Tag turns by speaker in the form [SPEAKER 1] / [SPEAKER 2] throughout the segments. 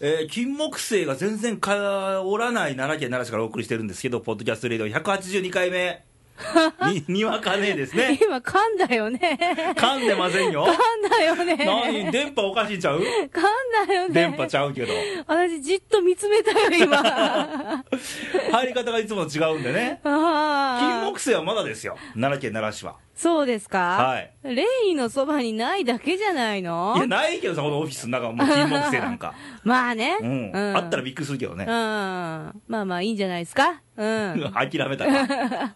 [SPEAKER 1] えー金木犀が全然香らない奈良県奈良市からお送りしてるんですけど、ポッドキャストレディオ182回 目、ににわかねえですね。
[SPEAKER 2] 今噛んだよね。
[SPEAKER 1] 噛んでません よ
[SPEAKER 2] 噛。んだよね。
[SPEAKER 1] 何電波おかしいんちゃう
[SPEAKER 2] 噛んだよね。
[SPEAKER 1] 電波ちゃうけど。
[SPEAKER 2] 私じっと見つめたよ、今。あ
[SPEAKER 1] 入り方がいつもと違うんでね。
[SPEAKER 2] あ。
[SPEAKER 1] 金木犀はまだですよ。奈良県奈良市は。
[SPEAKER 2] そうですか
[SPEAKER 1] はい。
[SPEAKER 2] レイのそばにないだけじゃないの
[SPEAKER 1] いや、ないけどさ、このオフィスの中はもう金木犀なん か。
[SPEAKER 2] まあね。
[SPEAKER 1] うん。あったらびっくりするけど
[SPEAKER 2] うん。
[SPEAKER 1] ね。
[SPEAKER 2] まあまあいいんじゃないですかうん。
[SPEAKER 1] 諦めたから。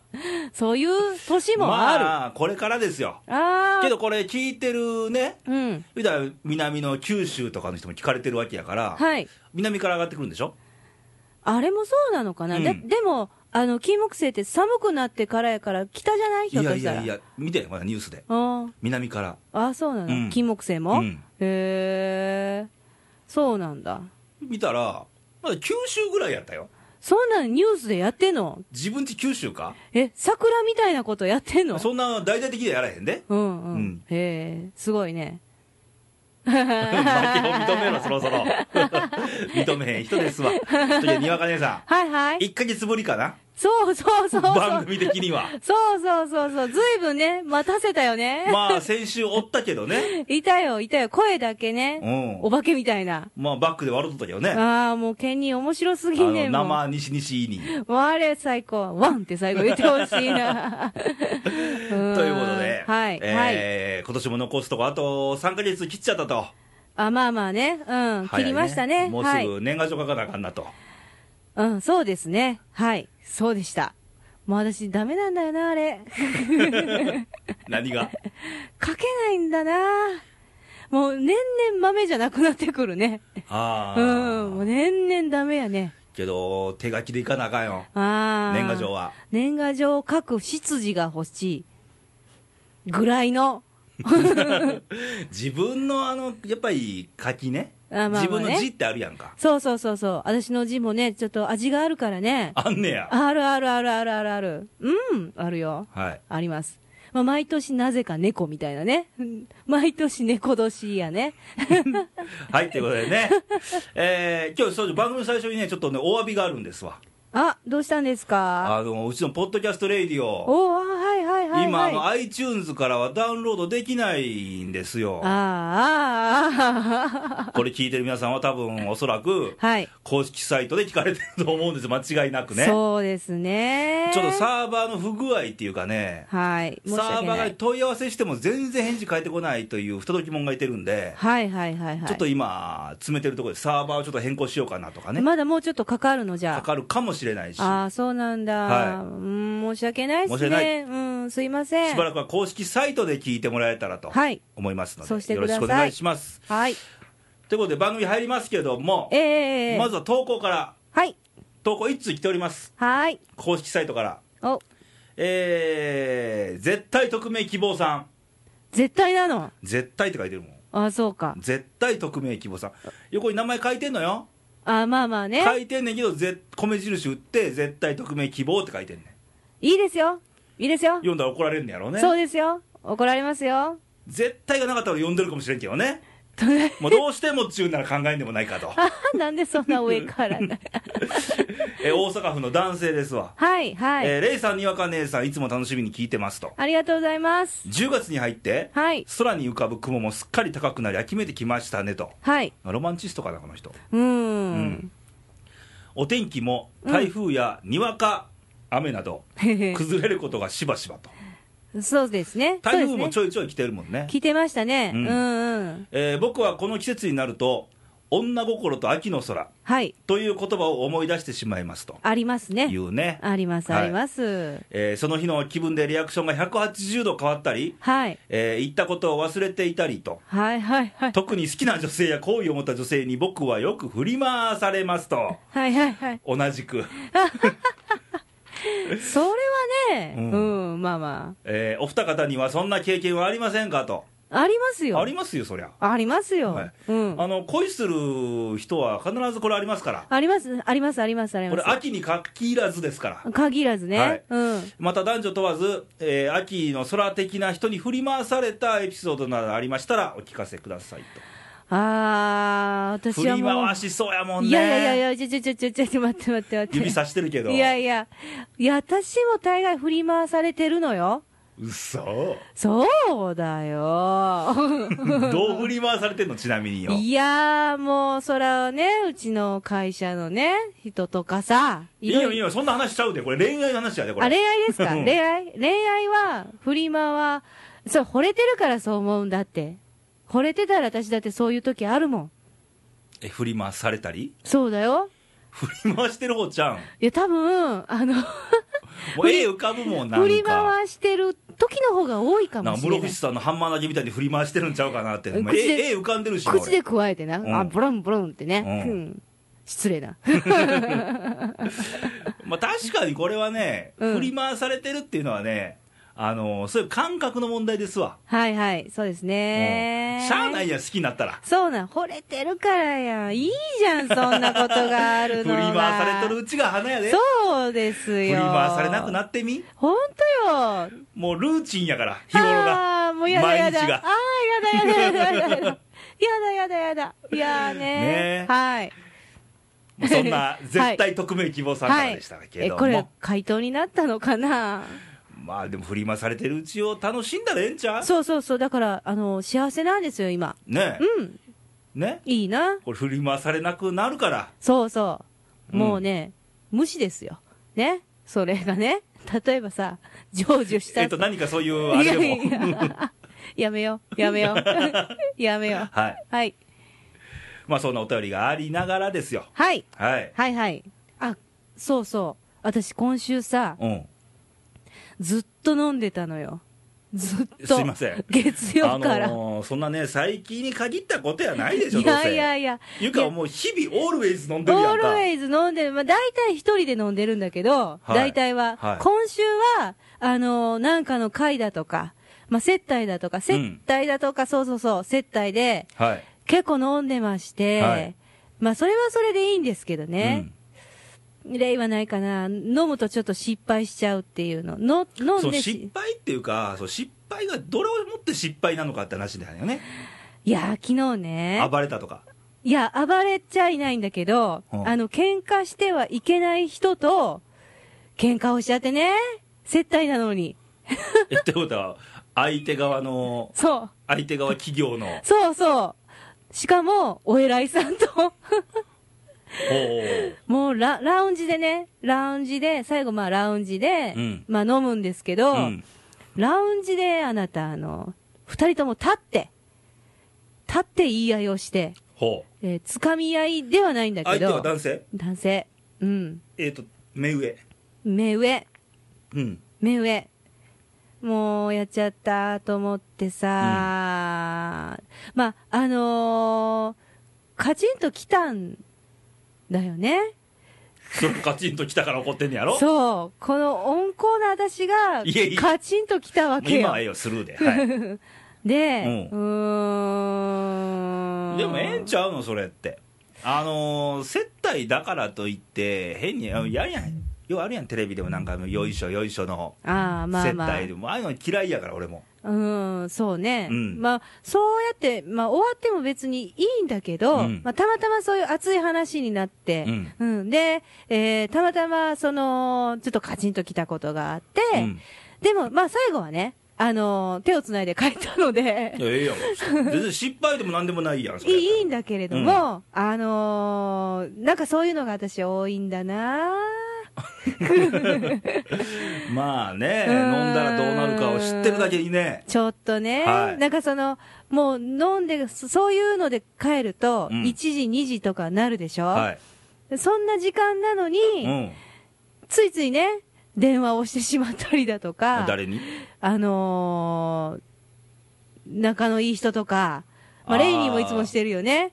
[SPEAKER 2] そういう年もある。
[SPEAKER 1] まあ、これからですよ。
[SPEAKER 2] ああ。
[SPEAKER 1] けどこれ聞いてるね、
[SPEAKER 2] うん。
[SPEAKER 1] 言うたら南の九州とかの人も聞かれてるわけやから、
[SPEAKER 2] はい。
[SPEAKER 1] 南から上がってくるんでしょ
[SPEAKER 2] あれもそうなのかな、
[SPEAKER 1] うん
[SPEAKER 2] ででも、あの、金木犀って寒くなってからやから、北じゃない
[SPEAKER 1] い
[SPEAKER 2] ひょっと
[SPEAKER 1] や
[SPEAKER 2] し
[SPEAKER 1] い
[SPEAKER 2] たら。
[SPEAKER 1] やいや、見て、まだニュースで。
[SPEAKER 2] あ
[SPEAKER 1] 南から。
[SPEAKER 2] あ、あそうなの、
[SPEAKER 1] うん
[SPEAKER 2] 金木犀も、
[SPEAKER 1] うん
[SPEAKER 2] へえ。そうなんだ。
[SPEAKER 1] 見たら、まだ九州ぐらいやったよ。
[SPEAKER 2] そんなのニュースでやってんの
[SPEAKER 1] 自分ち九州か
[SPEAKER 2] え、桜みたいなことやってんの
[SPEAKER 1] そんな大々的でやらへん で。
[SPEAKER 2] うんうん。
[SPEAKER 1] うん
[SPEAKER 2] へえ、すごいね。
[SPEAKER 1] 負けを認めろ、そろ そろ。認めへん人ですわ。というにわか姉さ
[SPEAKER 2] はいは
[SPEAKER 1] ん、
[SPEAKER 2] い。
[SPEAKER 1] 1ヶ月ぶりかな
[SPEAKER 2] そうそうそうそう。
[SPEAKER 1] 番組的に は。
[SPEAKER 2] そうそうそうそう。ずいぶんね、待たせたよね。
[SPEAKER 1] まあ、先週おったけどね。
[SPEAKER 2] いたよ、いたよ。声だけね。
[SPEAKER 1] うん
[SPEAKER 2] お化けみたいな。
[SPEAKER 1] まあ、バックで笑うとったけどね。あ
[SPEAKER 2] ああ、もう、ケニー面白すぎんね
[SPEAKER 1] の、
[SPEAKER 2] んもう。
[SPEAKER 1] 生西西に。
[SPEAKER 2] 我最高。ワンって最後言ってほし いな。とい
[SPEAKER 1] という
[SPEAKER 2] う
[SPEAKER 1] ことで、
[SPEAKER 2] はい。はい。
[SPEAKER 1] えー今年も残すとこあと3か月切っちゃったと、
[SPEAKER 2] あ、まあまあね。うん。切りました
[SPEAKER 1] 早い
[SPEAKER 2] ね。
[SPEAKER 1] もう
[SPEAKER 2] は
[SPEAKER 1] す
[SPEAKER 2] い。
[SPEAKER 1] ぐ年賀状書かなあかんな と、
[SPEAKER 2] うん、そうですね。はい。そうでした。もう私、ダメなんだよな、あれ。
[SPEAKER 1] 何が、
[SPEAKER 2] 書けないんだな。もう、年々豆じゃなくなってくるね。
[SPEAKER 1] あ
[SPEAKER 2] う
[SPEAKER 1] ー
[SPEAKER 2] ん。もう、年々ダメやね。
[SPEAKER 1] けど、手書きでいかなあかんよ、
[SPEAKER 2] ああ。
[SPEAKER 1] 年賀状は。
[SPEAKER 2] 年賀状を書く執事が欲しいぐらいの、
[SPEAKER 1] 自分のあのやっぱり書きね、
[SPEAKER 2] あまあまあね
[SPEAKER 1] 自分の字ってあるやん か、
[SPEAKER 2] そうそうそうそう、私の字もね、ちょっと味があるからね、
[SPEAKER 1] あんねや、
[SPEAKER 2] あるあるあるあるあるある、うん、あるよ、
[SPEAKER 1] はい、
[SPEAKER 2] あります。まあ、毎年なぜか猫みたいなね、 うん毎年猫年やね、
[SPEAKER 1] はい、ということで ね、えー、今日そう番組最初にね、ちょっとね、お詫びがあるんですわ、
[SPEAKER 2] あどうしたんですか、
[SPEAKER 1] あのうちのポッドキャストレイディオ、
[SPEAKER 2] おあはいはいはい、はい、
[SPEAKER 1] 今あの、
[SPEAKER 2] あ
[SPEAKER 1] iTunes からはダウンロードできないんですよ。
[SPEAKER 2] あああ、
[SPEAKER 1] これ聞いてる皆さんは多分おそらく
[SPEAKER 2] はい、
[SPEAKER 1] 公式サイトで聞かれてると思うんです間違いなくねちょ
[SPEAKER 2] そうですね、
[SPEAKER 1] っとサーバーの不具合っていうかね
[SPEAKER 2] はい、申し
[SPEAKER 1] サー
[SPEAKER 2] 訳
[SPEAKER 1] バ
[SPEAKER 2] な
[SPEAKER 1] ーが
[SPEAKER 2] い、
[SPEAKER 1] 問い合わせしても全然返事返ってこないという不届き者がいてるんで、
[SPEAKER 2] はいはいはいはい、
[SPEAKER 1] ちょっと今詰めてるところでサーバーをちょっと変更しようかなとかね
[SPEAKER 2] まだもうちょっとかかるのじゃ
[SPEAKER 1] かかるかもしれないししば
[SPEAKER 2] ああ、そうなんだ。
[SPEAKER 1] は
[SPEAKER 2] うん、申し訳ないです
[SPEAKER 1] 申
[SPEAKER 2] ね。
[SPEAKER 1] し訳ない
[SPEAKER 2] うん、すいません。
[SPEAKER 1] らくは公式サイトで聞いてもらえたらと
[SPEAKER 2] はい。
[SPEAKER 1] 思いますの
[SPEAKER 2] そうし
[SPEAKER 1] で
[SPEAKER 2] て
[SPEAKER 1] よろ
[SPEAKER 2] くださ
[SPEAKER 1] しく
[SPEAKER 2] い
[SPEAKER 1] お願いします
[SPEAKER 2] はい。
[SPEAKER 1] ということで番組入りますけども
[SPEAKER 2] ええ
[SPEAKER 1] まずは投稿から
[SPEAKER 2] はい。
[SPEAKER 1] 投稿1通来ております
[SPEAKER 2] はい。
[SPEAKER 1] 公式サイトから
[SPEAKER 2] お、
[SPEAKER 1] えー、絶対匿名希望さん。
[SPEAKER 2] 絶対なの。
[SPEAKER 1] 絶対って書いてるもん。
[SPEAKER 2] ああ、そうか。
[SPEAKER 1] 絶対匿名希望さん。横に名前書いてんのよ。
[SPEAKER 2] ああ、まあまあね。
[SPEAKER 1] 書
[SPEAKER 2] い。
[SPEAKER 1] いてんねんけど、ぜ米印打って、絶対匿名希望って書いてんねん。
[SPEAKER 2] いですよ。いいですよ。
[SPEAKER 1] 読んだら怒られるんねやろうね。
[SPEAKER 2] そうですよ。怒られますよ。
[SPEAKER 1] 絶対がなかったら読んでるかもしれんけどね。もうどうしてもっちゅうなら考えんでもない かと。
[SPEAKER 2] ああ、なんでそんな上から。
[SPEAKER 1] えー大阪府の男性ですわ。
[SPEAKER 2] はい、はい、
[SPEAKER 1] えーレイさん、にわか姉さん、いつも楽しみに聞いてますと。
[SPEAKER 2] ありがとうございます。
[SPEAKER 1] 10月に入って、
[SPEAKER 2] はい。
[SPEAKER 1] 空に浮かぶ雲もすっかり高くなり、秋めてきましたねと。
[SPEAKER 2] はい。
[SPEAKER 1] ロマンチストかな、この人。
[SPEAKER 2] うー
[SPEAKER 1] うん
[SPEAKER 2] ん。
[SPEAKER 1] お天気も台風やにわか雨など、
[SPEAKER 2] へ
[SPEAKER 1] 崩れることがしばしばと、
[SPEAKER 2] へそうですね。
[SPEAKER 1] 台風
[SPEAKER 2] そう
[SPEAKER 1] も
[SPEAKER 2] です
[SPEAKER 1] ち
[SPEAKER 2] ね。
[SPEAKER 1] ょいちょい来てるもんね、
[SPEAKER 2] 聞いてましたね。
[SPEAKER 1] う
[SPEAKER 2] うんん、うん。
[SPEAKER 1] えー僕はこの季節になると、女心と秋の空
[SPEAKER 2] はい。
[SPEAKER 1] という言葉を思い出してしまいますと
[SPEAKER 2] あります
[SPEAKER 1] い
[SPEAKER 2] ね。
[SPEAKER 1] うね、
[SPEAKER 2] あります、
[SPEAKER 1] はい
[SPEAKER 2] あります。
[SPEAKER 1] えーその日の気分でリアクションが180度変わったり、
[SPEAKER 2] はい。
[SPEAKER 1] えー言ったことを忘れていたりと。
[SPEAKER 2] はいはいはい。
[SPEAKER 1] 特に好きな女性や好意を持った女性に僕はよく振り回されますと
[SPEAKER 2] はいは いはい。
[SPEAKER 1] 同じく、
[SPEAKER 2] それはね、
[SPEAKER 1] う
[SPEAKER 2] うんん、まあま
[SPEAKER 1] えーお二方にはそんな経験はありませんかと
[SPEAKER 2] あ。ありますよ。
[SPEAKER 1] ありますよそりゃ
[SPEAKER 2] ありますよ。
[SPEAKER 1] はい
[SPEAKER 2] うん。
[SPEAKER 1] あの恋する人は必ずこれありますから、
[SPEAKER 2] あります、あります、あります、あり
[SPEAKER 1] これ、
[SPEAKER 2] ま
[SPEAKER 1] 秋に限らずですから、
[SPEAKER 2] す。限らずね。
[SPEAKER 1] はい
[SPEAKER 2] うん。
[SPEAKER 1] また男女問わず、えー秋の空的な人に振り回されたエピソードなどありましたら、お聞かせくださいと、
[SPEAKER 2] あー、
[SPEAKER 1] 振
[SPEAKER 2] 私は
[SPEAKER 1] り
[SPEAKER 2] もう
[SPEAKER 1] 回。しそうやもんね
[SPEAKER 2] いやいやいやいや、ちょちょちょちょちょちょ、待って待って待って。
[SPEAKER 1] 指さしてるけど
[SPEAKER 2] いやいや、いや、私も大概振り回されてるのよ。
[SPEAKER 1] うそ
[SPEAKER 2] そうだよ。
[SPEAKER 1] どう振り回されてんのちなみによ
[SPEAKER 2] いやー、もう、そらね、うちの会社のね、人とかさ、
[SPEAKER 1] いいよいいよそんな話しちゃうでこれ恋愛の話やでこれ
[SPEAKER 2] あ、恋愛ですか
[SPEAKER 1] うん
[SPEAKER 2] 恋愛恋愛は、フリマは、そう、惚れてるからそう思うんだって。惚れてたら私だってそういう時あるもん。
[SPEAKER 1] え振り回されたり
[SPEAKER 2] そうだよ。
[SPEAKER 1] 振り回してる方ちゃん
[SPEAKER 2] いや、多分、あの、
[SPEAKER 1] もう絵浮かぶもんなんか
[SPEAKER 2] 振り回してる時の方が多いか
[SPEAKER 1] な
[SPEAKER 2] も
[SPEAKER 1] んか
[SPEAKER 2] しれ
[SPEAKER 1] 室
[SPEAKER 2] ない
[SPEAKER 1] 伏。さんのハンマー投げみたいに振り回してるんちゃうかなって、
[SPEAKER 2] 口
[SPEAKER 1] まあ
[SPEAKER 2] で
[SPEAKER 1] 絵絵浮かんでるしな
[SPEAKER 2] 口
[SPEAKER 1] 俺
[SPEAKER 2] で加えてな、
[SPEAKER 1] うん
[SPEAKER 2] あ、ブロンブロンってね。
[SPEAKER 1] う
[SPEAKER 2] うんん。失礼な。
[SPEAKER 1] まあ、確かにこれはね、
[SPEAKER 2] うん
[SPEAKER 1] 振り回されてるっていうのはねあのそういう感覚の問題ですわ、
[SPEAKER 2] はいはい、そうですね
[SPEAKER 1] う。んしゃあないやん好きになったら
[SPEAKER 2] そうなん、惚れてるからやん。いいじゃん、そんなことが
[SPEAKER 1] 振
[SPEAKER 2] ある
[SPEAKER 1] り
[SPEAKER 2] の
[SPEAKER 1] 回
[SPEAKER 2] が。
[SPEAKER 1] されとるうちが花やで
[SPEAKER 2] そうです
[SPEAKER 1] 振り
[SPEAKER 2] よ。
[SPEAKER 1] 回されなくなってみ
[SPEAKER 2] ほんとよ。
[SPEAKER 1] もうルーチンやから日頃が
[SPEAKER 2] あーもうやだやだ。
[SPEAKER 1] 毎日が
[SPEAKER 2] ああ、やだやだやだやだやだ。やだやだやだ。いやー
[SPEAKER 1] ね
[SPEAKER 2] ね
[SPEAKER 1] え
[SPEAKER 2] はい。
[SPEAKER 1] まあそ んな絶対匿名希望さんからでしたけ
[SPEAKER 2] え、
[SPEAKER 1] ども、
[SPEAKER 2] これ、回答になったのかな
[SPEAKER 1] まあでも振り回されてるうちを楽しんだらええんちゃう
[SPEAKER 2] そうそうそう。だから、あの、幸せなんですよ、今。
[SPEAKER 1] ね
[SPEAKER 2] うん。
[SPEAKER 1] えね
[SPEAKER 2] いいな。
[SPEAKER 1] これ振り回されなくなるから
[SPEAKER 2] そうそう。
[SPEAKER 1] うん
[SPEAKER 2] もうね、無視ですよ。ね。それがね、例えばさ、成就した。
[SPEAKER 1] えっと何かそういうあれでも
[SPEAKER 2] いやいややめよう、やめ よう。やめよう。
[SPEAKER 1] はい
[SPEAKER 2] はい。
[SPEAKER 1] まあそんなお便りがありながらですよ
[SPEAKER 2] はい。
[SPEAKER 1] はい
[SPEAKER 2] はいはい。あ、そうそう。私今週さ、
[SPEAKER 1] うん
[SPEAKER 2] ずっと飲んでたのよ。ずっと。
[SPEAKER 1] すいません
[SPEAKER 2] 月曜から。
[SPEAKER 1] あのーそんなね最近に限ったことやないでしょ
[SPEAKER 2] い
[SPEAKER 1] どう
[SPEAKER 2] や
[SPEAKER 1] せ
[SPEAKER 2] いやいや。
[SPEAKER 1] ゆかはもう日々オールウェイズ飲ん
[SPEAKER 2] オ
[SPEAKER 1] でるや
[SPEAKER 2] ー
[SPEAKER 1] ん
[SPEAKER 2] ルウ
[SPEAKER 1] か
[SPEAKER 2] ェイズ飲んでる。まあ大体一人で飲んでるんだけど、
[SPEAKER 1] はい
[SPEAKER 2] 大体は。
[SPEAKER 1] はい
[SPEAKER 2] 今週は、あのーなんかの会だとか、まあ接待だとか、接待だとか、そうそうそう、接待で、
[SPEAKER 1] はい
[SPEAKER 2] 結構飲んでまして、
[SPEAKER 1] はい
[SPEAKER 2] まあそれはそれでいいんですけどね。例はないかな。飲むとちょっと失敗しちゃうっていうの。の
[SPEAKER 1] うん、
[SPEAKER 2] 飲
[SPEAKER 1] そ
[SPEAKER 2] ん
[SPEAKER 1] う
[SPEAKER 2] で
[SPEAKER 1] 失
[SPEAKER 2] し、
[SPEAKER 1] 敗っていうかそう失敗がどれをもって失敗なのかって話だよね
[SPEAKER 2] いや、昨日ね。
[SPEAKER 1] 暴れたとか
[SPEAKER 2] いや、暴れちゃいないんだけど、
[SPEAKER 1] うん
[SPEAKER 2] あの、喧嘩してはいけない人と、喧嘩をしちゃってね。接待なのに。
[SPEAKER 1] えってことは相手側の
[SPEAKER 2] そう。
[SPEAKER 1] 相手側企業の
[SPEAKER 2] そうそう。しかも、お偉いさ んと。
[SPEAKER 1] おー
[SPEAKER 2] もうラ、ラウンジでね、ラウンジで、最後まあラウンジで、
[SPEAKER 1] うん
[SPEAKER 2] まあ飲むんですけど、
[SPEAKER 1] うん
[SPEAKER 2] ラウンジであなた、あの、二人とも立って、立って言い合いをして、
[SPEAKER 1] ほう
[SPEAKER 2] えー、つかみ合いではないんだけ
[SPEAKER 1] 相手は
[SPEAKER 2] ど、
[SPEAKER 1] 男性
[SPEAKER 2] 男性、うん、
[SPEAKER 1] えっ、と目上
[SPEAKER 2] 目上、
[SPEAKER 1] うん
[SPEAKER 2] 目上。もう、やっちゃったと思ってさ、まあ、あのー、カチンと来たんだよね。
[SPEAKER 1] それカチンと来たから怒ってんねやろ
[SPEAKER 2] そう、この温厚な私が
[SPEAKER 1] いえいえ、
[SPEAKER 2] カチンと来たわけ
[SPEAKER 1] 今は
[SPEAKER 2] よ
[SPEAKER 1] え。えよスルー で、はい、
[SPEAKER 2] で、
[SPEAKER 1] う
[SPEAKER 2] うーん。
[SPEAKER 1] でもええんちゃうのそれってあのー接待だからといって変にあのやるやんようあるやんテレビでもなんかあのよいしょよいしょの
[SPEAKER 2] ああ、まあ
[SPEAKER 1] 接
[SPEAKER 2] まあ
[SPEAKER 1] 待。でもああいうの嫌いやから俺も
[SPEAKER 2] うん、そうね。
[SPEAKER 1] うん
[SPEAKER 2] まあ、そうやって、まあ、終わっても別にいいんだけど、
[SPEAKER 1] うん
[SPEAKER 2] まあ、たまたまそういう熱い話になって、
[SPEAKER 1] うん
[SPEAKER 2] で、えーたまたま、その、ちょっとカチンと来たことがあって、
[SPEAKER 1] うん
[SPEAKER 2] でも、まあ、最後はね、あの手をつないで帰ったので
[SPEAKER 1] い、やええやん全然失敗でも何でもないやんそ
[SPEAKER 2] い
[SPEAKER 1] れ
[SPEAKER 2] いいいんだけれども、あのーなんかそういうのが私多いんだな
[SPEAKER 1] まあね
[SPEAKER 2] う
[SPEAKER 1] 飲
[SPEAKER 2] ーん
[SPEAKER 1] んだらどうなるかを知ってるだけにね
[SPEAKER 2] ちょっとね、
[SPEAKER 1] はい
[SPEAKER 2] なんかその、もう飲んで、そそういうので帰ると、
[SPEAKER 1] うん
[SPEAKER 2] 1時、2時とかなるでしょ、
[SPEAKER 1] はい
[SPEAKER 2] そんな時間なのに、
[SPEAKER 1] うん
[SPEAKER 2] ついついね、電話をしてしまったりだとか、
[SPEAKER 1] 誰に
[SPEAKER 2] あのー仲のいい人とか、ま
[SPEAKER 1] あ
[SPEAKER 2] あ、
[SPEAKER 1] ー
[SPEAKER 2] レイニーもいつもしてるよね。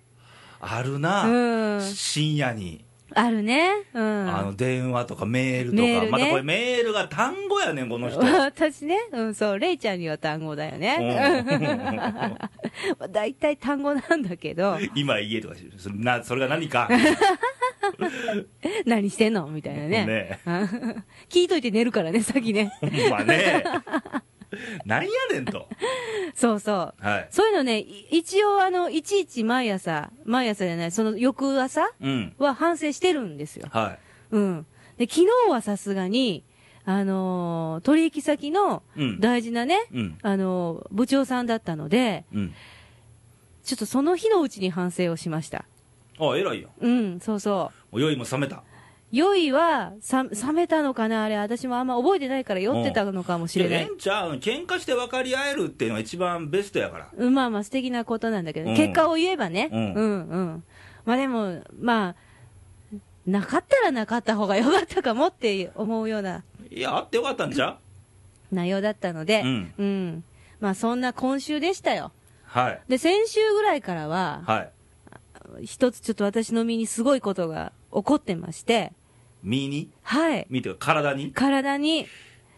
[SPEAKER 1] ある
[SPEAKER 2] う
[SPEAKER 1] な、
[SPEAKER 2] ん。
[SPEAKER 1] 深夜に、
[SPEAKER 2] あるね。うん。
[SPEAKER 1] あの電話とかメールとか
[SPEAKER 2] メールね
[SPEAKER 1] またこれメールが単語やねんこの 人
[SPEAKER 2] 私ね、うん、そう、レイちゃんには単語だよね。まあ 大体単語なんだけ ど、
[SPEAKER 1] 今言えとかしそれなそれが何か
[SPEAKER 2] 何してんのみたいなね。
[SPEAKER 1] ね
[SPEAKER 2] 聞いといて寝るからね、先ね。
[SPEAKER 1] ほんまね何やねんと
[SPEAKER 2] そうそう。
[SPEAKER 1] はい。
[SPEAKER 2] そういうのね、い一応あの、いちいち毎朝、毎朝じゃない、その翌朝
[SPEAKER 1] うん。
[SPEAKER 2] は反省してるんですよ。
[SPEAKER 1] は
[SPEAKER 2] うん。で、昨日はさすがに、あのー取引先の
[SPEAKER 1] い。うん。
[SPEAKER 2] 大事なね、
[SPEAKER 1] うん。
[SPEAKER 2] あのー部長さんだったので、
[SPEAKER 1] うん。
[SPEAKER 2] ちょっとその日のうちに反省をしました。
[SPEAKER 1] あ、偉いよ。
[SPEAKER 2] うん、そうそう。
[SPEAKER 1] お酔いも冷めた。
[SPEAKER 2] 酔いは、さ、冷めたのかなあれ、私もあんま覚えてないから酔ってたのかもしれない
[SPEAKER 1] やえ。えんちゃうん喧嘩して分かり合えるっていうのが一番ベストやから。
[SPEAKER 2] うんまあまあ素敵なことなんだけど、
[SPEAKER 1] うん
[SPEAKER 2] 結果を言えばね、
[SPEAKER 1] うん
[SPEAKER 2] うんうんまあでも、まあ、なかったらなかった方が良かったかもって思うようない
[SPEAKER 1] や、あってよかったんちゃ
[SPEAKER 2] 内容だったので、
[SPEAKER 1] うん
[SPEAKER 2] まあそんな今週でしたよ。
[SPEAKER 1] うはい。
[SPEAKER 2] で、先週ぐらいからは、
[SPEAKER 1] はい。
[SPEAKER 2] 一つちょっと私の身にすごいことが起こってまして、
[SPEAKER 1] 身に
[SPEAKER 2] はい。
[SPEAKER 1] 見てか体に
[SPEAKER 2] 体に、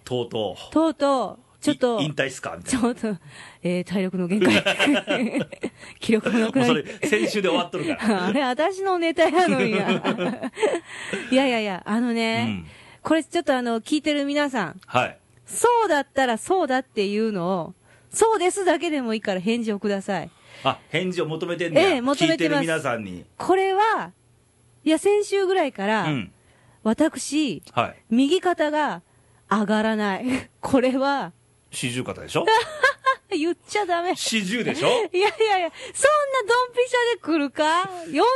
[SPEAKER 1] とうとう。
[SPEAKER 2] とうとう、ちょっと
[SPEAKER 1] い、引退っすかみた
[SPEAKER 2] ち
[SPEAKER 1] いな。
[SPEAKER 2] ょっと、えー体力の限界。 気力もなく
[SPEAKER 1] もう
[SPEAKER 2] な
[SPEAKER 1] そ
[SPEAKER 2] り
[SPEAKER 1] れ、先週で終わっとる から。
[SPEAKER 2] あれ、私のネタやのに や。いやいやいや、あの
[SPEAKER 1] う
[SPEAKER 2] ね、
[SPEAKER 1] ん。
[SPEAKER 2] これちょっとあの、聞いてる皆さん、
[SPEAKER 1] はい。
[SPEAKER 2] そうだったらそうだっていうのを、そうですだけでもいいから返事をください。
[SPEAKER 1] あ、返事を求めてんねや。
[SPEAKER 2] ええ求め
[SPEAKER 1] 聞
[SPEAKER 2] てます
[SPEAKER 1] いてる皆さんに。
[SPEAKER 2] これは、いや、先週ぐらいか
[SPEAKER 1] う
[SPEAKER 2] ら、
[SPEAKER 1] ん。
[SPEAKER 2] 私、
[SPEAKER 1] はい。
[SPEAKER 2] 右肩が上がらない。 これは、
[SPEAKER 1] 四十肩で しょ
[SPEAKER 2] 言っちゃダメ。
[SPEAKER 1] 四十でしょ
[SPEAKER 2] いやいやいや、そんなドンピシャで来るか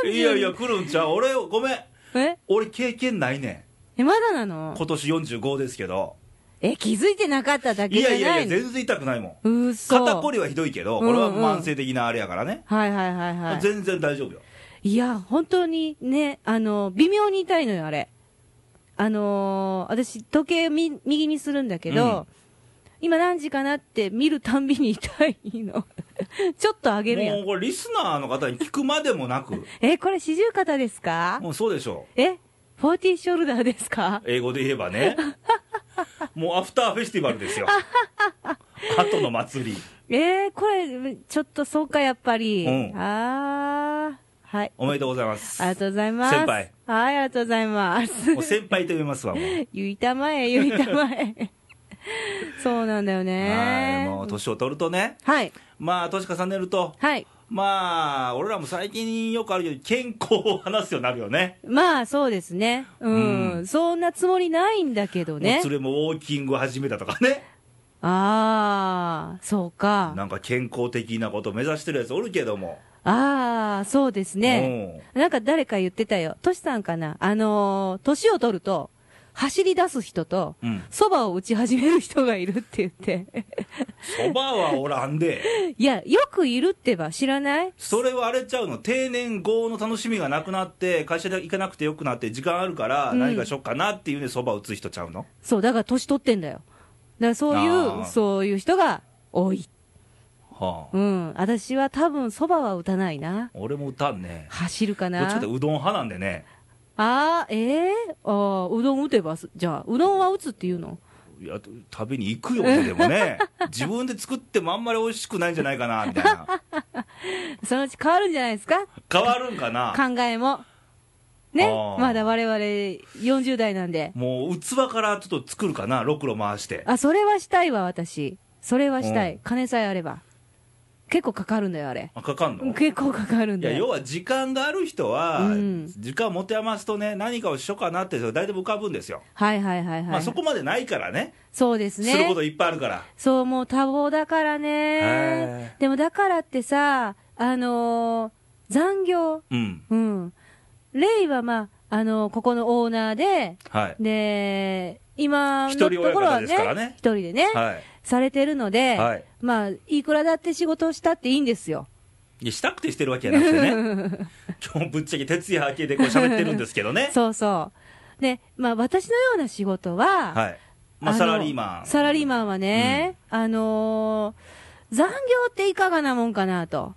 [SPEAKER 2] ?40?
[SPEAKER 1] いやいや、来るんちゃう俺、ごめん。
[SPEAKER 2] え
[SPEAKER 1] 俺経験ないね。
[SPEAKER 2] え、まだなんの
[SPEAKER 1] 今年45ですけど。
[SPEAKER 2] え、気づいてなかっただけ
[SPEAKER 1] い
[SPEAKER 2] じゃ
[SPEAKER 1] や
[SPEAKER 2] ないの
[SPEAKER 1] いやいや、全然痛くないもん。
[SPEAKER 2] うそ
[SPEAKER 1] 肩こりはひどいけど、これは慢性的なあれやからね。
[SPEAKER 2] はいはいはいはい。
[SPEAKER 1] 全然大丈夫よ。
[SPEAKER 2] いや、本当にね、あの、微妙に痛いのよ、あれ。あのー私、時計み右にするんだけど、今何時かなって見るたんびに痛いの。 ちょっと上げるや
[SPEAKER 1] も
[SPEAKER 2] ん
[SPEAKER 1] う。これリスナーの方に聞くまでもな く、
[SPEAKER 2] え、これ四十肩ですか
[SPEAKER 1] もうそうでしょ
[SPEAKER 2] え、フォーティーショルダーですか
[SPEAKER 1] う。英語で言えば ね。もうアフターフェスティバルですよ。鳩の祭り。
[SPEAKER 2] えーこれ、ちょっとそうか、やっぱり。
[SPEAKER 1] うん
[SPEAKER 2] あー、はい。
[SPEAKER 1] おめでとうございます。
[SPEAKER 2] ありがとうございます。
[SPEAKER 1] 先輩。
[SPEAKER 2] はい、ありがとうございます。
[SPEAKER 1] もう先輩と呼びますわ、もう。
[SPEAKER 2] ゆいたまえ、ゆいたま え。そうなんだよ
[SPEAKER 1] はい
[SPEAKER 2] ね。
[SPEAKER 1] もう年を取るとね、
[SPEAKER 2] はい。
[SPEAKER 1] まあ年重ねると、
[SPEAKER 2] はい。
[SPEAKER 1] まあ、俺らも最近よくあるけど、健康を話すようになるよね。
[SPEAKER 2] まあ、そうですね。うん。
[SPEAKER 1] う
[SPEAKER 2] そんなつもりないんだけどね
[SPEAKER 1] もう。連れもウォーキングを始めたとかね。
[SPEAKER 2] ああ、そうか。
[SPEAKER 1] なんか健康的なことを目指してるやつおるけども。
[SPEAKER 2] ああ、そうです
[SPEAKER 1] ね
[SPEAKER 2] ね。なんか誰か言ってたよ。としさんかな。あのー、年を取ると、走り出す人と、
[SPEAKER 1] うん。
[SPEAKER 2] そばを打ち始める人がいるって言って。
[SPEAKER 1] そばはおらんで。
[SPEAKER 2] いや、よくいるってば知らない
[SPEAKER 1] それはあれちゃうの定年後の楽しみがなくなって会社で行かなくてよくなって時間あるから
[SPEAKER 2] うん
[SPEAKER 1] 何かしよっかなっていうねそば打つ人ちゃうの
[SPEAKER 2] そう、だから年取ってんだよ。だからそう
[SPEAKER 1] あ
[SPEAKER 2] いう、
[SPEAKER 1] ー
[SPEAKER 2] そういう人が多い。
[SPEAKER 1] はあ
[SPEAKER 2] うん。私は多分そばは打たないな。
[SPEAKER 1] 俺も歌うね
[SPEAKER 2] 走るか
[SPEAKER 1] どっちか
[SPEAKER 2] な
[SPEAKER 1] って。うどん派なんでね
[SPEAKER 2] あー、えー、あーうどん打てばす、じゃあ、うどんは打つっていうの
[SPEAKER 1] いや食べに行くよねでも ね自分で作ってもあんまり美味しくないんじゃないかなみたいな
[SPEAKER 2] そのうち変わるんじゃないですか
[SPEAKER 1] 変わるんかな
[SPEAKER 2] 考えも。ね
[SPEAKER 1] あー
[SPEAKER 2] まだ我々40代なんで。
[SPEAKER 1] もう器からちょっと作るかなろくろ回して
[SPEAKER 2] あ、それはしたいわ、私。それはした
[SPEAKER 1] う
[SPEAKER 2] い。金さえあれば。結構かかるんだよ、あれ。
[SPEAKER 1] あかかんの
[SPEAKER 2] 結構かかるん
[SPEAKER 1] い
[SPEAKER 2] だ
[SPEAKER 1] や要
[SPEAKER 2] よ。
[SPEAKER 1] は時間がある人は、
[SPEAKER 2] うん
[SPEAKER 1] 時間を持て余すとね何かをしようかなって大体浮かぶんですよ、
[SPEAKER 2] はいはいはいはい。
[SPEAKER 1] まあ、そこまでないからね
[SPEAKER 2] そうですね。
[SPEAKER 1] することいっぱいあるから、
[SPEAKER 2] そう、もう多忙だから
[SPEAKER 1] へ
[SPEAKER 2] ね。でもだからってさ、あのー残業、
[SPEAKER 1] うん、
[SPEAKER 2] うん。レイはまあ、あのーここのオーナーで、
[SPEAKER 1] はい、
[SPEAKER 2] で、今のところ
[SPEAKER 1] 一人親方
[SPEAKER 2] はね、
[SPEAKER 1] ですからね
[SPEAKER 2] 一人でね、
[SPEAKER 1] は
[SPEAKER 2] されてるので、
[SPEAKER 1] い、はい、
[SPEAKER 2] まあ、いくらだって仕事をしたっていいんですよ。
[SPEAKER 1] いやしたくてしてるわけじゃなくてね、 今日ぶっちゃけ徹夜明けでこう喋ってるんですけどね、
[SPEAKER 2] そうそう。で、まあ、私のような仕事は、
[SPEAKER 1] はい、まあ、
[SPEAKER 2] の
[SPEAKER 1] サラリーマン、
[SPEAKER 2] サラリーマンはね、あのー残業っていかがなもんかなと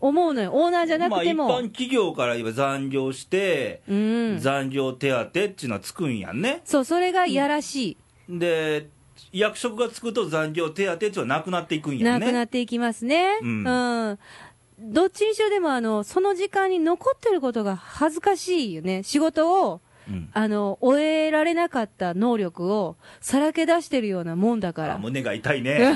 [SPEAKER 2] 思うのよ、オーナーじゃな
[SPEAKER 1] ま
[SPEAKER 2] く
[SPEAKER 1] あ、一
[SPEAKER 2] ても。
[SPEAKER 1] 般企業から言えば残業して、
[SPEAKER 2] うん、
[SPEAKER 1] 残業手当っていうのはつくんやんね、
[SPEAKER 2] そう、それがいやらし
[SPEAKER 1] で、役職がつくと残業手当っていうのはなくなっていくん
[SPEAKER 2] い、
[SPEAKER 1] や
[SPEAKER 2] なん
[SPEAKER 1] ね。
[SPEAKER 2] くなっていきますね、
[SPEAKER 1] う
[SPEAKER 2] うんん、どっちにしろでもあの、その時間に残ってることが恥ずかしいよね、仕事を
[SPEAKER 1] うん
[SPEAKER 2] あの終えられなかった能力をさらけ出してるようなもんだか
[SPEAKER 1] あ
[SPEAKER 2] ら、
[SPEAKER 1] 胸が痛いね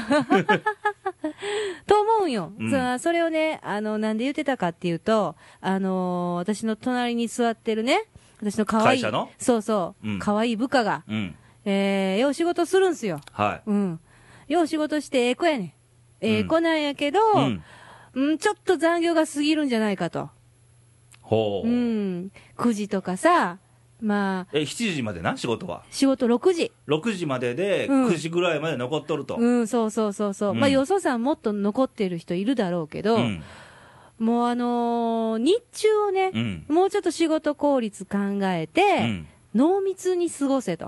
[SPEAKER 2] と思うんよ、
[SPEAKER 1] うん
[SPEAKER 2] そのそれをね、あの、なんで言ってたかっていうと、あのー私の隣に座ってるね、私の可愛
[SPEAKER 1] 会
[SPEAKER 2] い
[SPEAKER 1] 社の
[SPEAKER 2] そうそう
[SPEAKER 1] うん、
[SPEAKER 2] 可愛、い部下が、
[SPEAKER 1] うん。
[SPEAKER 2] えー、よう仕事するんすよ。
[SPEAKER 1] はい。
[SPEAKER 2] うん。よう仕事してええ子やねん。ええ子なんやけど、う
[SPEAKER 1] うんん、。
[SPEAKER 2] ちょっと残業が過ぎるんじゃないかと。
[SPEAKER 1] ほ
[SPEAKER 2] う
[SPEAKER 1] う。
[SPEAKER 2] ん。9時とかさ、まあ、
[SPEAKER 1] え、7時までな、仕事は。
[SPEAKER 2] 仕事6時。
[SPEAKER 1] 6時までで、
[SPEAKER 2] うん
[SPEAKER 1] 9時ぐらいまで残っとると。
[SPEAKER 2] うん、そうそうそうそう。
[SPEAKER 1] うん
[SPEAKER 2] まあ、よそさんもっと残ってる人いるだろうけ
[SPEAKER 1] う
[SPEAKER 2] ど、
[SPEAKER 1] ん。
[SPEAKER 2] もうあのー日中をね
[SPEAKER 1] う、ん。
[SPEAKER 2] もうちょっと仕事効率考え
[SPEAKER 1] う
[SPEAKER 2] て、
[SPEAKER 1] ん。
[SPEAKER 2] 濃密に過ごせと。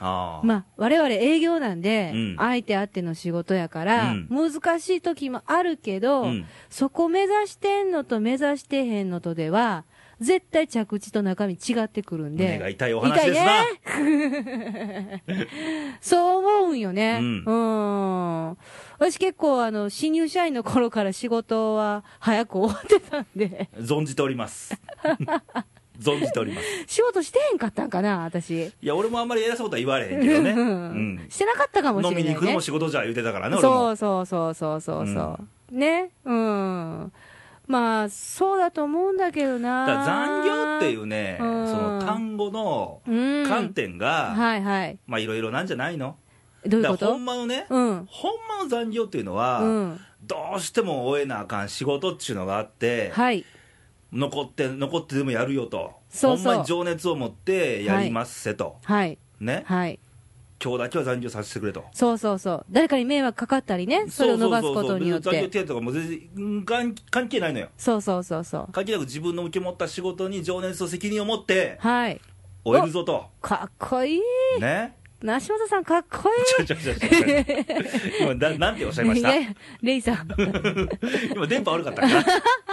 [SPEAKER 1] ああ。
[SPEAKER 2] まあ、我々営業なんで、
[SPEAKER 1] うん
[SPEAKER 2] 相手あっての仕事やから、
[SPEAKER 1] うん
[SPEAKER 2] 難しい時もあるけど、
[SPEAKER 1] うん。
[SPEAKER 2] そこ目指してんのと目指してへんのとでは、絶対着地と中身違ってくるん
[SPEAKER 1] 胸が
[SPEAKER 2] で、
[SPEAKER 1] 痛いお話ですな。
[SPEAKER 2] そう思うんよね。う
[SPEAKER 1] うん
[SPEAKER 2] ん。私結構あの、新入社員の頃から仕事は早く終わってたんで、
[SPEAKER 1] 存じております。存じております。
[SPEAKER 2] 仕事してへんかったんかな、私。
[SPEAKER 1] いや、俺もあんまり偉そうとは言われへんけどね。
[SPEAKER 2] う
[SPEAKER 1] うんん。
[SPEAKER 2] してなかったかもしれ
[SPEAKER 1] 飲
[SPEAKER 2] ない、
[SPEAKER 1] み
[SPEAKER 2] ね。
[SPEAKER 1] に行くのも仕事じゃ言うてたからね、俺
[SPEAKER 2] そ
[SPEAKER 1] も。
[SPEAKER 2] うそうそうそうそうそう、ねうんまあそうだと思うんだけどな
[SPEAKER 1] だから残業っていううね、そ
[SPEAKER 2] うん
[SPEAKER 1] の単語の
[SPEAKER 2] うん
[SPEAKER 1] 観点が、
[SPEAKER 2] はいはい
[SPEAKER 1] まあいろいろなんじゃないの
[SPEAKER 2] どういう
[SPEAKER 1] だ
[SPEAKER 2] こ
[SPEAKER 1] からほ
[SPEAKER 2] と
[SPEAKER 1] んまのね、
[SPEAKER 2] うん
[SPEAKER 1] ほんまの残業っていうの
[SPEAKER 2] う
[SPEAKER 1] は、
[SPEAKER 2] ん
[SPEAKER 1] どうしても終えなあかん仕事っていうのがあって、
[SPEAKER 2] はい
[SPEAKER 1] 残って、残ってでもやるよと。
[SPEAKER 2] そうそう
[SPEAKER 1] ほんまに情熱を持ってやりますせと。
[SPEAKER 2] はい
[SPEAKER 1] ね。
[SPEAKER 2] はい
[SPEAKER 1] 今日だけは残業させてくれと。
[SPEAKER 2] そうそうそう誰かに迷惑かかったりねそれを伸ばすことによっ
[SPEAKER 1] そうそうそうそう別残業
[SPEAKER 2] て
[SPEAKER 1] 手当とかも全然うん関関係ないのよ
[SPEAKER 2] そうそうそうそう
[SPEAKER 1] 関係なく自分の受け持った仕事に情熱と責任を持って
[SPEAKER 2] はい
[SPEAKER 1] 終えるぞと
[SPEAKER 2] かっこいい
[SPEAKER 1] ね
[SPEAKER 2] 梨本さんかっこいい
[SPEAKER 1] ちょちょちょちょちょ今ななんておっしゃいました
[SPEAKER 2] いやレイさ ん
[SPEAKER 1] 今電波悪かったかな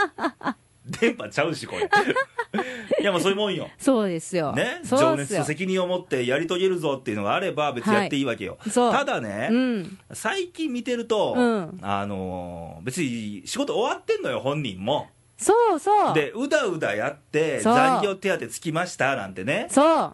[SPEAKER 1] 電波ちゃうしこれ いやもうそういうもんよ
[SPEAKER 2] そうですよ
[SPEAKER 1] ね
[SPEAKER 2] そ
[SPEAKER 1] 情
[SPEAKER 2] うです
[SPEAKER 1] 熱
[SPEAKER 2] よ
[SPEAKER 1] と責任を持ってやり遂げるぞっていうのがあれば別にやっていいわけよ、
[SPEAKER 2] はいそう
[SPEAKER 1] ただね、
[SPEAKER 2] うん
[SPEAKER 1] 最近見てると、
[SPEAKER 2] うん
[SPEAKER 1] あのー別に仕事終わってんのよ本人も
[SPEAKER 2] そうそう
[SPEAKER 1] でうだうだやって
[SPEAKER 2] そう
[SPEAKER 1] 残業手当つきましたなんてね
[SPEAKER 2] そう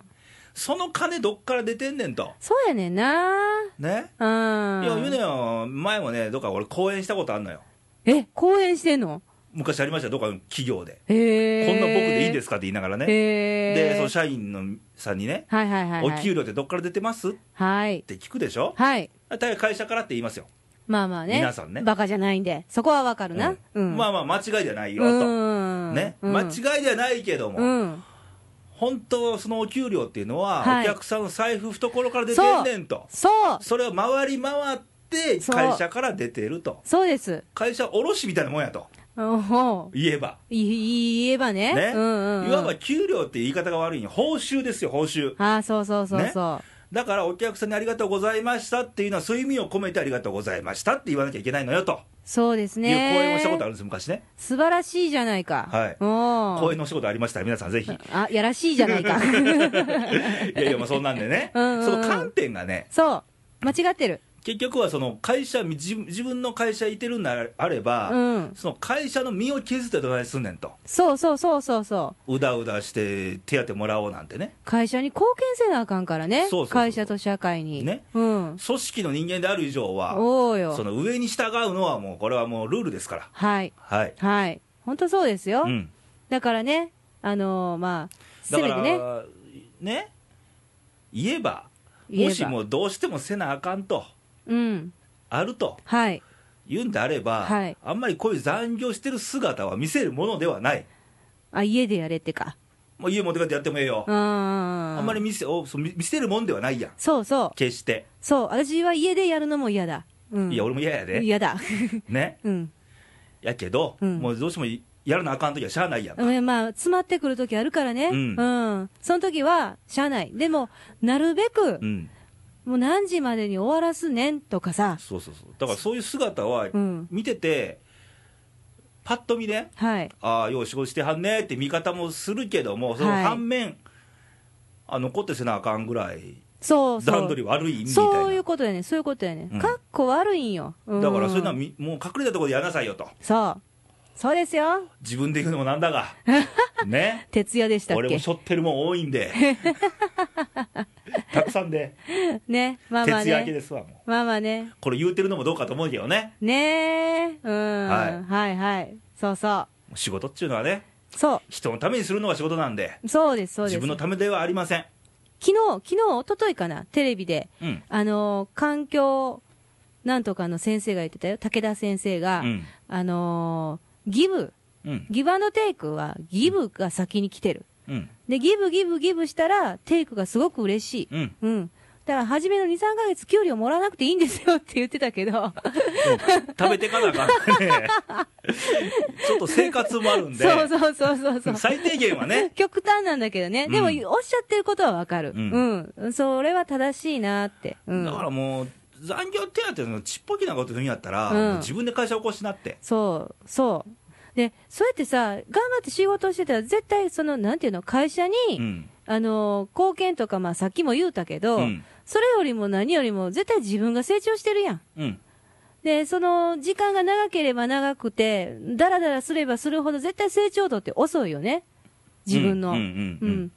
[SPEAKER 1] その金どっから出てんねんと
[SPEAKER 2] そうやねんな
[SPEAKER 1] ね
[SPEAKER 2] うん
[SPEAKER 1] いや言うねよ前もねどっか俺講演したことあんのよ
[SPEAKER 2] え、公演してんの
[SPEAKER 1] 昔ありましたよどっかの企業で
[SPEAKER 2] へ
[SPEAKER 1] こ
[SPEAKER 2] え。
[SPEAKER 1] んな僕でいいですすかって言いながらね
[SPEAKER 2] へえ。
[SPEAKER 1] でその社員のさんにね
[SPEAKER 2] はいはいはい、
[SPEAKER 1] お
[SPEAKER 2] はい。
[SPEAKER 1] 給料ってどっから出てますっ
[SPEAKER 2] はい。
[SPEAKER 1] て聞くでしょ
[SPEAKER 2] はい。
[SPEAKER 1] 大概会社からって言いますよ
[SPEAKER 2] まあまあね。
[SPEAKER 1] 皆さんね
[SPEAKER 2] バカじゃないんで。そこはわかるな。う。
[SPEAKER 1] うんんまあまあ間違いじゃないよと
[SPEAKER 2] うん。
[SPEAKER 1] ね
[SPEAKER 2] うん
[SPEAKER 1] 間違いじゃないけども
[SPEAKER 2] うん。
[SPEAKER 1] 本当そのお給料っていうのは
[SPEAKER 2] は
[SPEAKER 1] お
[SPEAKER 2] い
[SPEAKER 1] 客さんの財布懐から出てんねんと
[SPEAKER 2] そう
[SPEAKER 1] それを回り回って
[SPEAKER 2] そう
[SPEAKER 1] 会社から出てると
[SPEAKER 2] そうです。
[SPEAKER 1] 会社卸みたいなもんやと
[SPEAKER 2] おほ
[SPEAKER 1] 言えば
[SPEAKER 2] い言えばね。
[SPEAKER 1] ね、
[SPEAKER 2] うんうん、うん。
[SPEAKER 1] いわば給料って言い方が悪いんよ報酬ですよ報酬
[SPEAKER 2] ああ、そうそうそうそ
[SPEAKER 1] だからお客さんにありがとうございましたっていうのはそういう意味を込めてありがとうございましたって言わなきゃいけないのよと
[SPEAKER 2] う。そうです
[SPEAKER 1] いう講
[SPEAKER 2] ね。
[SPEAKER 1] 演をしたことあるんです昔ね
[SPEAKER 2] 素晴らしいじゃないか。
[SPEAKER 1] はい
[SPEAKER 2] お
[SPEAKER 1] 講演のお仕事ありましたら皆さんぜ ひい
[SPEAKER 2] あ、やらしいじゃな いか。
[SPEAKER 1] やいやまあそんなんでね
[SPEAKER 2] うんうん
[SPEAKER 1] その観点がね
[SPEAKER 2] そう。間違ってる。
[SPEAKER 1] 結局はその会社自自分の会社いてるんであれば、
[SPEAKER 2] うん。
[SPEAKER 1] その会社の身を削ってどないすんねんと
[SPEAKER 2] そうそうそうそうそう。
[SPEAKER 1] うだうだして手当もらおうなんてね
[SPEAKER 2] 会社に貢献せなあかんからね、
[SPEAKER 1] そうそうそう
[SPEAKER 2] 会社と社会に。
[SPEAKER 1] ね
[SPEAKER 2] うん、
[SPEAKER 1] 組織の人間である以上は
[SPEAKER 2] おうよ
[SPEAKER 1] その上に従うのはもうこれはもうルールですから
[SPEAKER 2] はい、
[SPEAKER 1] はい、
[SPEAKER 2] はい、本当そうですよ、
[SPEAKER 1] うん、
[SPEAKER 2] だからね、あのーまあ、
[SPEAKER 1] だ
[SPEAKER 2] せ
[SPEAKER 1] か
[SPEAKER 2] めて
[SPEAKER 1] ら
[SPEAKER 2] ね、
[SPEAKER 1] ね言えば
[SPEAKER 2] 言えば
[SPEAKER 1] もしもどうしてもせなあかんと
[SPEAKER 2] うん、
[SPEAKER 1] あると
[SPEAKER 2] はい、
[SPEAKER 1] 言うんであれば、
[SPEAKER 2] はい
[SPEAKER 1] あんまりこういう残業してる姿は見せるものではない
[SPEAKER 2] あ家でやれってか、
[SPEAKER 1] もう家持って帰ってやってもええよ、
[SPEAKER 2] うん、あ
[SPEAKER 1] あんまり見せおそう見見せるもんではないやん
[SPEAKER 2] そうそう、
[SPEAKER 1] 決して、
[SPEAKER 2] そう、私は家でやるのも嫌だ、うん、
[SPEAKER 1] いや俺も嫌やで、
[SPEAKER 2] 嫌だ、
[SPEAKER 1] ね
[SPEAKER 2] うん、
[SPEAKER 1] やけど、
[SPEAKER 2] うん
[SPEAKER 1] もうどうしてもやらなあかん時はしゃあないやんか、
[SPEAKER 2] うんまあ、詰まってくる時あるからね、う
[SPEAKER 1] うんん、
[SPEAKER 2] その時はしゃあない、でも、なるべく、
[SPEAKER 1] うん、
[SPEAKER 2] もう何時までに終わらすねんとかさ、
[SPEAKER 1] そうそうそうだからそういう姿は
[SPEAKER 2] うん、
[SPEAKER 1] 見てて、パッと見ね
[SPEAKER 2] はい、
[SPEAKER 1] ああよう仕事してはんねって見方もするけどもその
[SPEAKER 2] はい
[SPEAKER 1] 反面、あ残ってせなあかんぐらい
[SPEAKER 2] そうそう。
[SPEAKER 1] 段取り悪いみたいな
[SPEAKER 2] そういうことやねんそういうことやねん、
[SPEAKER 1] うん
[SPEAKER 2] かっこ悪いんよ、うん
[SPEAKER 1] だからそういうのはみもう隠れたところでやらなさいよと
[SPEAKER 2] そうそうですよ
[SPEAKER 1] 自分で言うのもなんだ がね
[SPEAKER 2] 徹夜でしたっ
[SPEAKER 1] 俺も
[SPEAKER 2] け
[SPEAKER 1] しょってるもん多いんで確たくさんで、
[SPEAKER 2] ね、まあまあ
[SPEAKER 1] 徹夜明け
[SPEAKER 2] ね。
[SPEAKER 1] ですわ、もう。
[SPEAKER 2] まあまあね。
[SPEAKER 1] これ言うてるのもどうかと思うけどね、
[SPEAKER 2] ねえ、うん、
[SPEAKER 1] は
[SPEAKER 2] はいい、はいはいそうそ
[SPEAKER 1] 仕事っていうのはね、
[SPEAKER 2] う。そ
[SPEAKER 1] 人のためにするのが仕事なんで、
[SPEAKER 2] う、そうです、そうです。
[SPEAKER 1] 自分のためではありません。
[SPEAKER 2] 昨日、昨日、一昨日かな、テレビで、
[SPEAKER 1] うん。
[SPEAKER 2] あのー環境なんとかの先生が言ってたよ、武田先生
[SPEAKER 1] う
[SPEAKER 2] が、
[SPEAKER 1] ん。
[SPEAKER 2] あのーギブ、
[SPEAKER 1] うん。
[SPEAKER 2] ギブアンドテイクは、ギブが先に来てる。
[SPEAKER 1] うん。
[SPEAKER 2] で、ギブ、ギブ、ギブしたら、テイクがすごく嬉しい。
[SPEAKER 1] うん。
[SPEAKER 2] うん。だから、初めの2、3ヶ月、給料もらわなくていいんですよって言ってたけど、
[SPEAKER 1] 食べてかなあかん ね。ちょっと生活もあるんで、
[SPEAKER 2] そうそうそうそうそう。
[SPEAKER 1] 最低限はね、
[SPEAKER 2] 極端なんだけどね。でも、
[SPEAKER 1] うん
[SPEAKER 2] おっしゃってることはわかる、
[SPEAKER 1] う
[SPEAKER 2] うんん。それは正しいなって。うん。
[SPEAKER 1] だからもう、残業手当のちっぽけなこと言うんやったら、
[SPEAKER 2] うん
[SPEAKER 1] もう自分で会社起こしなって、
[SPEAKER 2] そう、そう。で、そうやってさ、頑張って仕事をしてたら、絶対、その、なんていうの、会社に、
[SPEAKER 1] うん、
[SPEAKER 2] あの、貢献とか、まあ、さっきも言うたけど、
[SPEAKER 1] うん
[SPEAKER 2] それよりも何よりも、絶対自分が成長してるやん。
[SPEAKER 1] うん、
[SPEAKER 2] で、その、時間が長ければ長くて、だらだらすればするほど、絶対成長度って遅いよね。自分の。
[SPEAKER 1] うんうんうん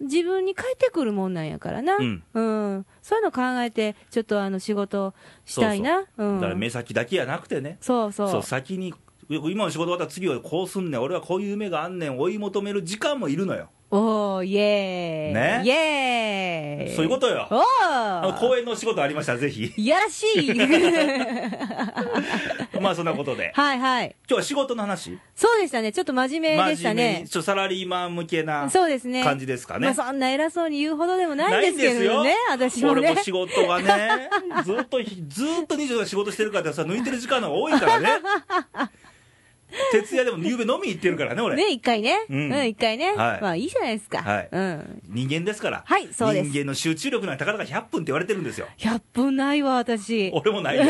[SPEAKER 2] 自分に返ってくるもんなんやからな。
[SPEAKER 1] うん
[SPEAKER 2] うんそういうの考えて、ちょっとあの、仕事したいな。うん
[SPEAKER 1] だから目先だけやなくてね、
[SPEAKER 2] そうそう。
[SPEAKER 1] そう先に、今の仕事終わったら次はこうすんねん、俺はこういう夢があんねん、追い求める時間もいるのよ、
[SPEAKER 2] おー、イエー
[SPEAKER 1] ね
[SPEAKER 2] イ。イエーイ。
[SPEAKER 1] そういうことよ
[SPEAKER 2] お
[SPEAKER 1] あの
[SPEAKER 2] ー。
[SPEAKER 1] 公演のお仕事ありましたら、ぜ ひ、
[SPEAKER 2] いやらしい。 は
[SPEAKER 1] まあそんなことで、
[SPEAKER 2] いはい。
[SPEAKER 1] 今日は仕事の話、
[SPEAKER 2] そうでしたね。ちょっと真面目でし
[SPEAKER 1] 真
[SPEAKER 2] た
[SPEAKER 1] 面目
[SPEAKER 2] ね
[SPEAKER 1] に、。ちょっとサラリーマン向けな
[SPEAKER 2] そうですね。
[SPEAKER 1] 感じですか
[SPEAKER 2] ま
[SPEAKER 1] ね
[SPEAKER 2] あ、。そんな偉そうに言うほどでもないんですけどね。私も
[SPEAKER 1] 俺
[SPEAKER 2] ね
[SPEAKER 1] も。仕事がね、 ずっと、ずっと24時仕事してるからさ、抜いてる時間の方が多いから ね。徹夜でも夕べ飲み行ってるからね、俺。
[SPEAKER 2] ね、一回ね。
[SPEAKER 1] うん
[SPEAKER 2] うん、一回ね。
[SPEAKER 1] はい
[SPEAKER 2] まあ、いいじゃないですか。
[SPEAKER 1] はい
[SPEAKER 2] うん。
[SPEAKER 1] 人間ですから。
[SPEAKER 2] はいそうです
[SPEAKER 1] 人間の集中力なんてたかだか100分って言われてるんですよ。
[SPEAKER 2] 100分ないわ、私。
[SPEAKER 1] 俺も ないよ。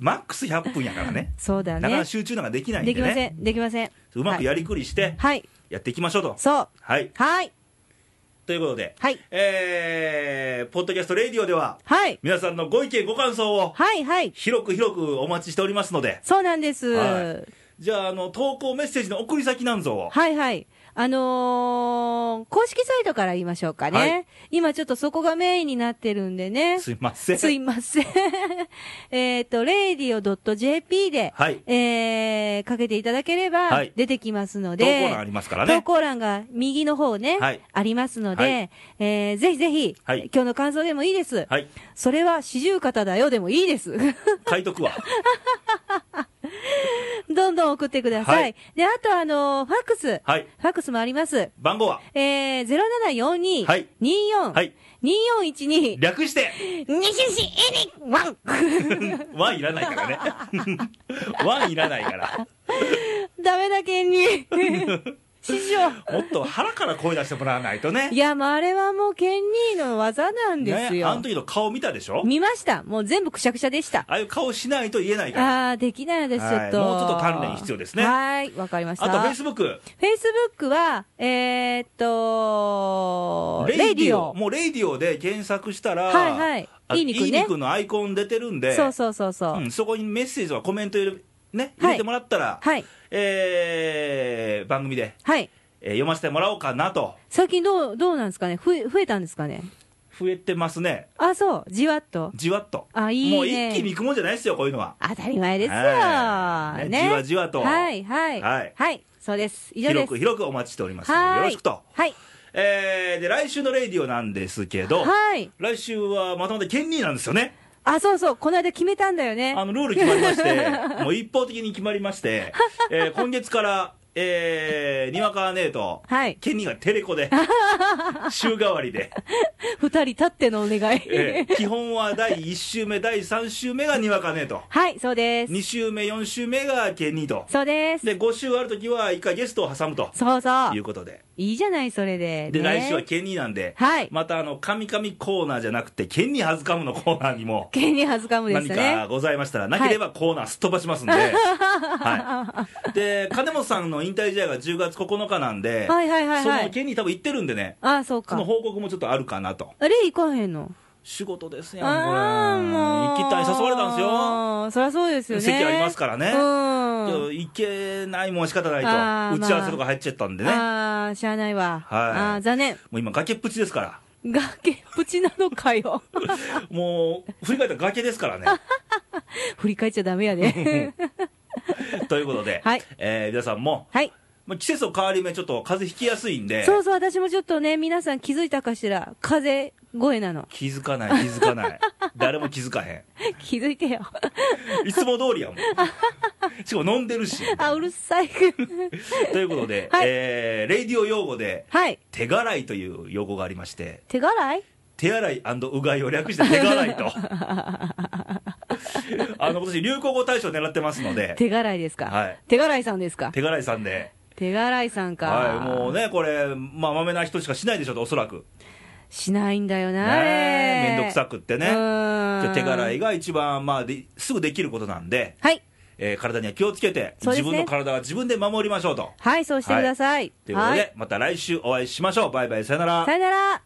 [SPEAKER 1] マックス100分やからね。
[SPEAKER 2] そうだ
[SPEAKER 1] なかなか
[SPEAKER 2] ね。
[SPEAKER 1] 集中なんかできないんで
[SPEAKER 2] で
[SPEAKER 1] ね。
[SPEAKER 2] きません。できません。
[SPEAKER 1] うまくやりくりして、
[SPEAKER 2] はい。
[SPEAKER 1] やっていきましょうと。
[SPEAKER 2] そう。
[SPEAKER 1] はい。
[SPEAKER 2] はい。
[SPEAKER 1] ということで、
[SPEAKER 2] はい。
[SPEAKER 1] えー、ポッドキャストレディオでは、
[SPEAKER 2] はい。
[SPEAKER 1] 皆さんのご意見、ご感想を、
[SPEAKER 2] はい。はい。
[SPEAKER 1] 広く広くお待ちしておりますので、
[SPEAKER 2] そうなんです。
[SPEAKER 1] はじゃあ、あの、投稿メッセージの送り先なんぞを。
[SPEAKER 2] はいはい。あのー公式サイトから言いましょうかね。
[SPEAKER 1] はい
[SPEAKER 2] 今ちょっとそこがメインになってるんでね。
[SPEAKER 1] すいません。
[SPEAKER 2] すいません。 えっと、radio.jp で、
[SPEAKER 1] はい。
[SPEAKER 2] えー、かけていただければ
[SPEAKER 1] はい
[SPEAKER 2] 出てきますの
[SPEAKER 1] 投
[SPEAKER 2] で、
[SPEAKER 1] 稿欄ありますからね
[SPEAKER 2] 投。稿欄が右の方ね、
[SPEAKER 1] はい
[SPEAKER 2] ありますので、
[SPEAKER 1] はい
[SPEAKER 2] えーぜひぜひ、
[SPEAKER 1] はい
[SPEAKER 2] 今日の感想でもいいです。
[SPEAKER 1] はい。
[SPEAKER 2] それは四十肩だよでもいいです。
[SPEAKER 1] 書いとくわ。
[SPEAKER 2] どんどん送ってください。
[SPEAKER 1] はい
[SPEAKER 2] で、あとあのーファックス、
[SPEAKER 1] はい。
[SPEAKER 2] ファックスもあります。
[SPEAKER 1] 番号は
[SPEAKER 2] えー、0742、
[SPEAKER 1] はい
[SPEAKER 2] 24、
[SPEAKER 1] はい。
[SPEAKER 2] 2412、
[SPEAKER 1] 略して、
[SPEAKER 2] 西エワン
[SPEAKER 1] ワンいらないからね。ワンいらないから。
[SPEAKER 2] ダメだけに。 師匠。
[SPEAKER 1] もっと腹から声出してもらわないとね。
[SPEAKER 2] いや、もうあれはもうケンニーの技なんです
[SPEAKER 1] ねあの
[SPEAKER 2] よ。
[SPEAKER 1] 時の顔見たでしょ
[SPEAKER 2] 見ました。もう全部くしゃくしゃでした。
[SPEAKER 1] ああいう顔しないと言えないから。
[SPEAKER 2] あー、できないです、ちょ
[SPEAKER 1] はい
[SPEAKER 2] っと。
[SPEAKER 1] もうちょっと鍛錬必要ですね
[SPEAKER 2] はい、わかりました。
[SPEAKER 1] あと、フェイスブック。
[SPEAKER 2] Facebook は、えー、っと、
[SPEAKER 1] レ
[SPEAKER 2] レ
[SPEAKER 1] デ
[SPEAKER 2] デ
[SPEAKER 1] ィ
[SPEAKER 2] ィ
[SPEAKER 1] オ。
[SPEAKER 2] オ。
[SPEAKER 1] もうレディオで検索したら、
[SPEAKER 2] はいはい
[SPEAKER 1] あ
[SPEAKER 2] いい肉ね
[SPEAKER 1] いい肉のアイコン出てるんで、
[SPEAKER 2] そうそうそうそう。
[SPEAKER 1] うんそこにメッセージとかコメント入れ,、ね、
[SPEAKER 2] はい
[SPEAKER 1] 入れてもらったら、
[SPEAKER 2] はい。
[SPEAKER 1] えー番組で、
[SPEAKER 2] はい。
[SPEAKER 1] えー読ませてもらおうかなと。
[SPEAKER 2] 最近どう、どうなんですかね増え、増えたんですかね
[SPEAKER 1] 増えてますね。
[SPEAKER 2] あ、そう。じわっと。
[SPEAKER 1] じわっと。
[SPEAKER 2] あ、いいね。
[SPEAKER 1] もう一気にいくもんじゃないですよ、こういうのは。
[SPEAKER 2] 当たり前です
[SPEAKER 1] は
[SPEAKER 2] よ。
[SPEAKER 1] い
[SPEAKER 2] ね。
[SPEAKER 1] じわじわと
[SPEAKER 2] はい、はい。
[SPEAKER 1] はい
[SPEAKER 2] そうです。以上で
[SPEAKER 1] 広
[SPEAKER 2] す。
[SPEAKER 1] く広くお待ちしておりますの
[SPEAKER 2] は
[SPEAKER 1] で、
[SPEAKER 2] い。
[SPEAKER 1] よろしくと。
[SPEAKER 2] はい。
[SPEAKER 1] えーで、来週のレディオなんですけど、
[SPEAKER 2] はい。
[SPEAKER 1] 来週はまたまたケンニーなんですよね。
[SPEAKER 2] あ、そうそう。この間決めたんだよね。
[SPEAKER 1] あの、ルール決まりま して、もう一方的に決まりまして、えー今月から、えー、にわか姉と、
[SPEAKER 2] はい。
[SPEAKER 1] ケンニーがテレコで、週替わりで、
[SPEAKER 2] 二人立ってのお願い。
[SPEAKER 1] えー基本は第1週目、第3週目がにわか姉と、
[SPEAKER 2] はい、そうです。
[SPEAKER 1] 2週目、4週目がケンニーと、
[SPEAKER 2] そうです。
[SPEAKER 1] で、5週あるときは1回ゲストを挟むと
[SPEAKER 2] そうそう
[SPEAKER 1] い。うことで、
[SPEAKER 2] いいじゃない、それで。
[SPEAKER 1] で、
[SPEAKER 2] ね
[SPEAKER 1] 来週はケンニーなんで、
[SPEAKER 2] はい。
[SPEAKER 1] またあの、カミカミコーナーじゃなくて、ケンニーはずかむのコーナーにも、
[SPEAKER 2] ケニーハズカムでし
[SPEAKER 1] 何
[SPEAKER 2] たね。
[SPEAKER 1] かございましたら、なければコーナーすっ飛ばしますんで、はい、で、金本さんの引退試合が10月9日なんで、
[SPEAKER 2] はいはいはいは
[SPEAKER 1] その
[SPEAKER 2] い。
[SPEAKER 1] 件に多分行ってるんでね、
[SPEAKER 2] あ、そう
[SPEAKER 1] そ
[SPEAKER 2] か
[SPEAKER 1] の。報告もちょっとあるかなと、
[SPEAKER 2] あれ行かへんの
[SPEAKER 1] 仕事ですやん、
[SPEAKER 2] ああ、
[SPEAKER 1] これ
[SPEAKER 2] もう。
[SPEAKER 1] 行きたい、誘われたんですよ、
[SPEAKER 2] よ。そりゃそうですよね。
[SPEAKER 1] 席ありますからね、け
[SPEAKER 2] う
[SPEAKER 1] ど
[SPEAKER 2] ん。
[SPEAKER 1] 行けないもんは仕方ない
[SPEAKER 2] あー
[SPEAKER 1] と、打ち合わせとか入っちゃったんでね、
[SPEAKER 2] ああ、しゃあないわ。
[SPEAKER 1] はい
[SPEAKER 2] ああ、残念。
[SPEAKER 1] もう今、崖っぷちですから、
[SPEAKER 2] 崖っぷちなのかよ。
[SPEAKER 1] もう、振り返ったら崖ですからね。
[SPEAKER 2] 振り返っちゃダメ やで。
[SPEAKER 1] ということで、
[SPEAKER 2] はい
[SPEAKER 1] えー皆さんも、
[SPEAKER 2] はい。
[SPEAKER 1] まあ季節の変わり目、ちょっと風邪ひきやすいんで、
[SPEAKER 2] そうそう、私もちょっとね、皆さん気づいたかしら。風邪声な の。
[SPEAKER 1] 気づかない、気づか ない、誰も気づかへ
[SPEAKER 2] 気づいてよ。
[SPEAKER 1] ん、いつも通りやもん、しかも飲んでるし。
[SPEAKER 2] あ、うる さい。
[SPEAKER 1] ということで、
[SPEAKER 2] はい
[SPEAKER 1] えーレイディオ用語で、
[SPEAKER 2] はい。
[SPEAKER 1] 手洗いという用語がありまして、
[SPEAKER 2] 手洗い
[SPEAKER 1] 手洗いうがいを略して手洗いと。 あの今年流行語大賞狙ってますので、
[SPEAKER 2] 手洗いですか。
[SPEAKER 1] はい
[SPEAKER 2] 手洗いさんですか。
[SPEAKER 1] 手洗いさんで、
[SPEAKER 2] 手洗いさんか。
[SPEAKER 1] はい、もうね、これ、まあ、まめな人しかしないでしょう、おそらく。
[SPEAKER 2] しないんだよな、あれ
[SPEAKER 1] ね、めんどくさくってね。
[SPEAKER 2] う
[SPEAKER 1] じ
[SPEAKER 2] ーん
[SPEAKER 1] ゃあ手洗いが一番、まあ、ですぐできることなんで、
[SPEAKER 2] はい。
[SPEAKER 1] えー体には気をつけて、
[SPEAKER 2] そうで
[SPEAKER 1] 自
[SPEAKER 2] すね
[SPEAKER 1] 分の体は自分で守りましょうと。
[SPEAKER 2] はい、そうしてください。
[SPEAKER 1] ということ
[SPEAKER 2] は
[SPEAKER 1] で、
[SPEAKER 2] い
[SPEAKER 1] また来週お会いしましょう。バイバイ、さよなら。
[SPEAKER 2] さよなら。